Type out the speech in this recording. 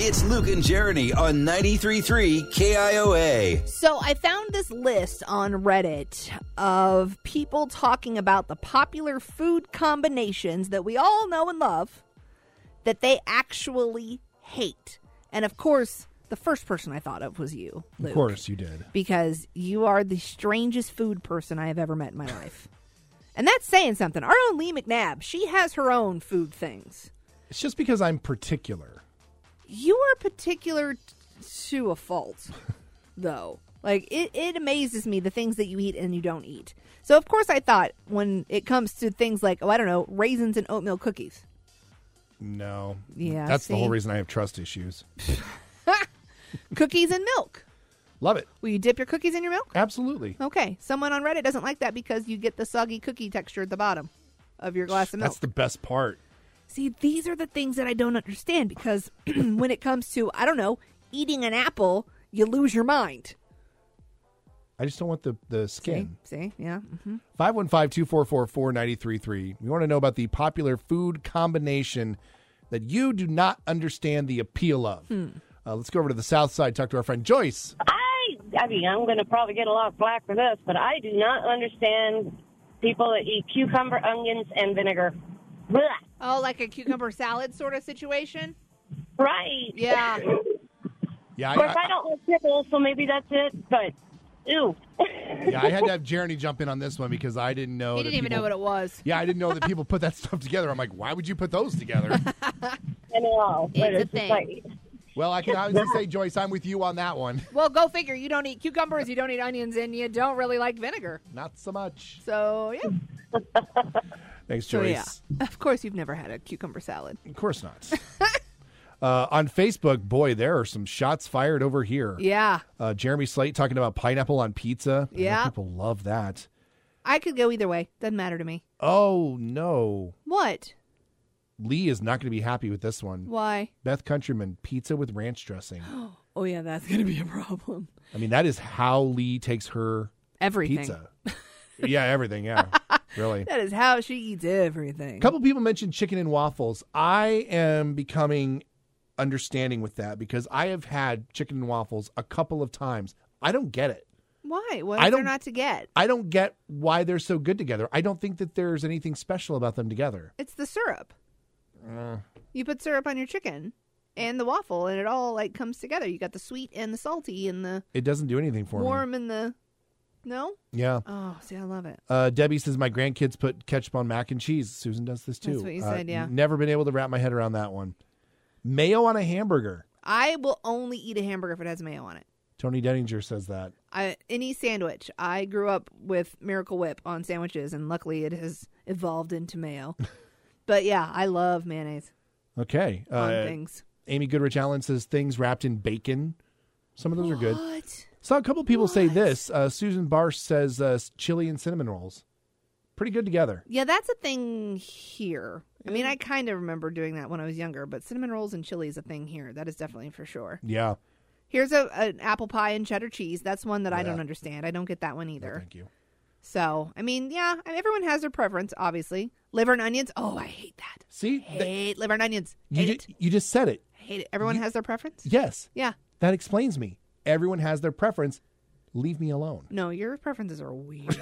It's Luke and Jeremy on 93.3 KIOA. So I found this list on Reddit of people talking about the popular food combinations that we all know and love that they actually hate. And of course, the first person I thought of was you, Luke, Of course you did. because you are the strangest food person I have ever met in my life. And that's saying something. Our own Lee McNabb, she has her own food things. It's just because I'm particular. you are particular t- to a fault though like it, it amazes me the things that you eat and you don't eat so of course i thought when it comes to things like oh i don't know raisins and oatmeal cookies No. Yeah, That's the whole see? reason I have trust issues. cookies and milk Love it. will you dip your cookies in your milk Absolutely. okay someone on reddit doesn't like that because you get the soggy cookie texture at the bottom of your glass of milk That's the best part. See, these are the things that I don't understand because when it comes to, I don't know, eating an apple, you lose your mind. I just don't want the, the skin. See? Yeah. hmm 515 244 4933. We want to know about the popular food combination that you do not understand the appeal of. Hmm. Uh, let's go over to the south side, talk to our friend Joyce. I, I mean, I'm going to probably get a lot of flack for this, but I do not understand people that eat cucumber, onions, and vinegar. Blah. Oh, like a cucumber salad sort of situation? Right. Yeah. Yeah, Of course, I I, don't like pickles, so maybe that's it, but ew. yeah, I had to have Jeremy jump in on this one because I didn't know. He that didn't even Oh, people- know what it was. Yeah, I didn't know that people put that stuff together. I'm like, why would you put those together? I know. but It's a just thing. like- well, I can honestly say, Joyce, I'm with you on that one. Well, go figure. You don't eat cucumbers, you don't eat onions, and you don't really like vinegar. Not so much. So, yeah. Thanks, Joyce. So, yeah. Of course, you've never had a cucumber salad. Of course not. uh, on Facebook, boy, there are some shots fired over here. Yeah. Uh, Jeremy Slate talking about pineapple on pizza. I know Yeah. people love that. I could go either way. Doesn't matter to me. Oh, no. What? Lee is not going to be happy with this one. Why? Beth Countryman, pizza with ranch dressing. Oh, yeah, that's going to be a problem. I mean, that is how Lee takes her Everything. pizza. yeah, everything. Yeah, really. That is how she eats everything. A couple people mentioned chicken and waffles. I am becoming understanding with that because I have had chicken and waffles a couple of times. I don't get it. Why? What I is there don't- not to get? I don't get why they're so good together. I don't think that there's anything special about them together. It's the syrup. Uh. You put syrup on your chicken and the waffle, and it all like comes together. You got the sweet and the salty and the It doesn't do anything for warm and the no. me. Yeah. Oh, see, I love it. Uh, Debbie says my grandkids put ketchup on mac and cheese. Susan does this too. That's what you Uh, said, yeah. Never been able to wrap my head around that one. Mayo on a hamburger. I will only eat a hamburger if it has mayo on it. Tony Denninger says that. I, any sandwich. I grew up with Miracle Whip on sandwiches, and luckily it has evolved into mayo. but yeah, I love mayonnaise Okay. on Uh, things. Amy Goodrich Allen says things wrapped in bacon. Some of those are good. What? Saw a couple people say What? this. Uh, Susan Barsh says uh, chili and cinnamon rolls. Pretty good together. Yeah, that's a thing here. I mean, I kind of remember doing that when I was younger, but cinnamon rolls and chili is a thing here. That is definitely for sure. Yeah. Here's a an apple pie and cheddar cheese. That's one that I don't Yeah. understand. I don't get that one either. Thank you. So, I mean, yeah, I mean, everyone has their preference, obviously. Liver and onions. Oh, I hate that. See? Th- Hate liver and onions. you, Hate ju- it. you just said it. Hate it. Everyone has their preference. Yes. Yeah. That explains me. Everyone has their preference. Leave me alone. No, your preferences are weird.